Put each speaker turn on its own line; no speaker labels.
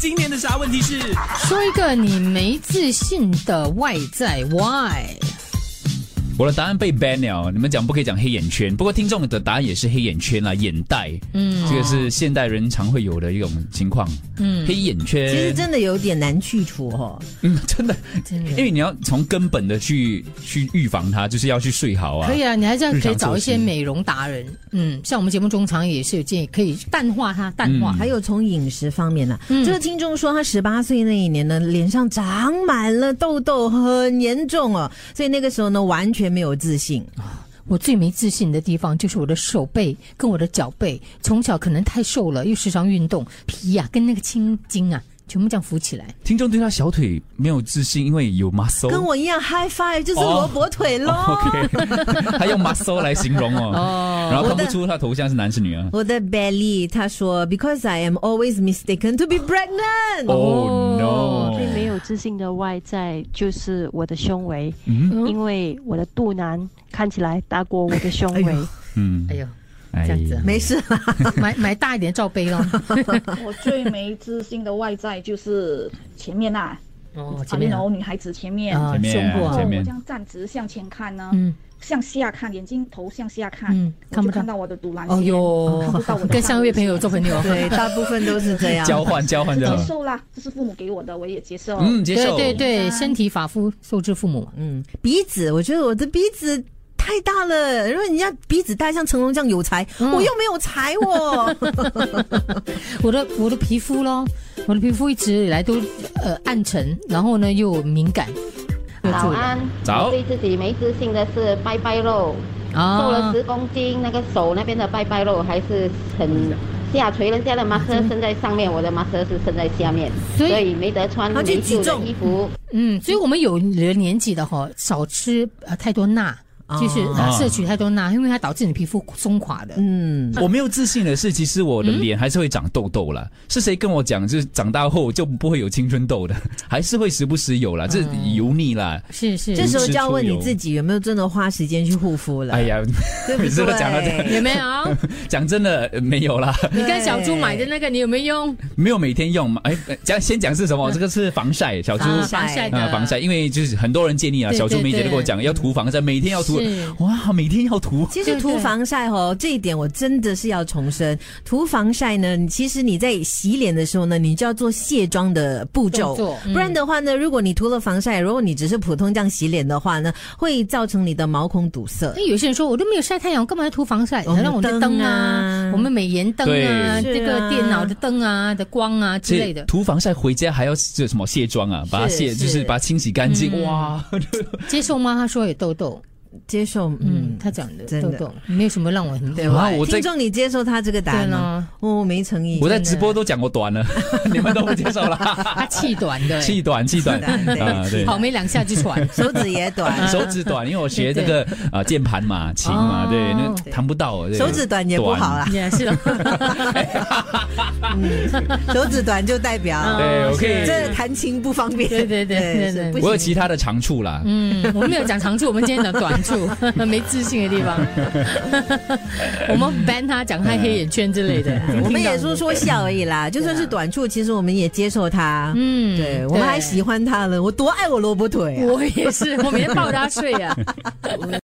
今天的啥问题是？
说一个你没自信的外在 why？
我的答案被 ban 了，你们讲不可以讲黑眼圈，不过听众的答案也是黑眼圈啦，眼袋，嗯，这个是现代人常会有的一种情况，嗯，黑眼圈，
其实真的有点难去除哦。
嗯，真的，
真的
因为你要从根本的去去预防它，就是要去睡好啊。
可以啊，你还这样
日
可
常
以找一些
作息
美容达人，
啊
嗯，像我们节目中常也是有建议，可以淡化它，淡
嗯
化。
还有从饮食方面呢、这个听众说他十八岁那一年呢，脸上长满了痘痘，很严重哦，所以那个时候呢，完全没有自信。
我最没自信的地方就是我的手背跟我的脚背，从小可能太瘦了，又时常运动，皮呀、跟那个青筋啊，全部这样浮起来。
听众对他小腿没有自信，因为有 muscle。
跟我一样 high five 就是萝卜腿喽。
哦 OK，他用 muscle 来形容哦，然后看不出他头像是男是女啊。
我的 belly，他说，because I am always mistaken to be pregnant。
Oh
最没
no！
有自信的外在就是我的胸围，
嗯
因为我的肚腩看起来大过我的胸围，
嗯
哎，呦，
哎
这样子啊
没事啦，
买买大一点罩杯 咯。
我最没自信的外在就是前面呐、
哦，
啊，
前
那
面啊
种女孩子前面，
啊
前，面
胸部
然后
啊
前，
我
面
这样站直向前看呢，
嗯，
向下看，眼睛头向下看，
嗯
我
看不
就
到
看到我的独蓝线，
哦
看
哟
不到我的，
跟上一位朋友
上
做朋友，
对，大部分都是这样。
交换交换
半
这
身
样
接。受啦，这是父母给我的，我也接受。
嗯，接受。
哦对对对，身体发肤受之父母嘛。
嗯，鼻子，我觉得我的鼻子太大了。如果人家鼻子大，像成龙这样有才，我又没有才哦。
我的我的皮肤咯，我的皮肤一直以来都呃暗沉，然后呢又敏感，又
早
注意
安，
早
啊我对自己没自信的是拜拜肉，
啊
瘦了十公斤，那个手那边的拜拜肉还是很下垂，人家的麻
嗯
蛇伸在上面，我的麻蛇是伸在下面，
所
所
以
以没得穿
他去
没
举
袖的
重
衣服。
嗯，所以我们有了年纪的哈，少吃呃太多钠，
啊
就是、呃、摄取太多钠，因为它导致你皮肤松垮的。
嗯，
我没有自信的是，其实我的脸还是会长痘痘啦。是谁跟我讲，就是长大后就不会有青春痘的， 还是会时不时有啦，这
嗯
油腻啦。
是是，
这时候就要问
吃
你
出油
自己有没有真的花时间去护肤了，
哎呀，
对不 对？
你这个讲得
有没有？
讲真的呃没有啦，
你跟小猪买的那个你有没有用？
没有每天用嘛。哎，呃讲先讲是什么？这个是防晒，小猪
啊
晒
嗯防晒的、
啊，防晒，因为就是很多人建议啊，
对
小猪梅姐
对
都跟我讲要涂防晒，每天要涂
是，
哇，每天要涂，
其实涂防晒哦，这一点我真的是要重申。涂防晒呢，你其实你在洗脸的时候呢，你就要做卸妆的步骤
动作，嗯
不然的话呢，如果你涂了防晒，如果你只是普通这样洗脸的话呢，会造成你的毛孔堵塞。
那有些人说，我都没有晒太阳，我干嘛要涂防晒？
我们
让我的灯
灯啊
啊，我们美颜灯啊，
对
这
是
个
啊
电脑的灯啊的光啊之类的，
涂防晒回家还要这什么卸妆啊，把它
是
卸
是
就是把它清洗干净，
嗯
哇，
接受吗？他说有痘痘，
接受，
嗯
嗯，，
他讲的
真
痘
的
痘没有什么让我很
对
哇
吧？
我在
听众，你接受他这个答
对
案吗？
呢，
哦，没诚意。
我在直播都讲我短了，你们都不接受 啦，
他啊气短的、
气短气短
是的对
啊，对。，
跑没两下就 喘。
手指也 短
手指短，因为我学那个啊键盘嘛、琴嘛，
哦
对，那个弹不到。对
手指短也不好 啊啦，嗯
也 是了，
手指短就代表
嗯
对，OK
这弹琴不方便。
对对对对
是
对
不
我有
行。
其他的长处啦。
嗯，我们没有讲长处，我们今天讲短处， 没自信的地 方。我们 ban 他讲他黑眼圈之类的，
我们也说说笑而已
啊
啦，就算是短处，其实我们也接受它。
嗯
对，我们还喜欢它了。我多爱我萝卜腿啊！
啊我也是，我每天抱着他睡呀、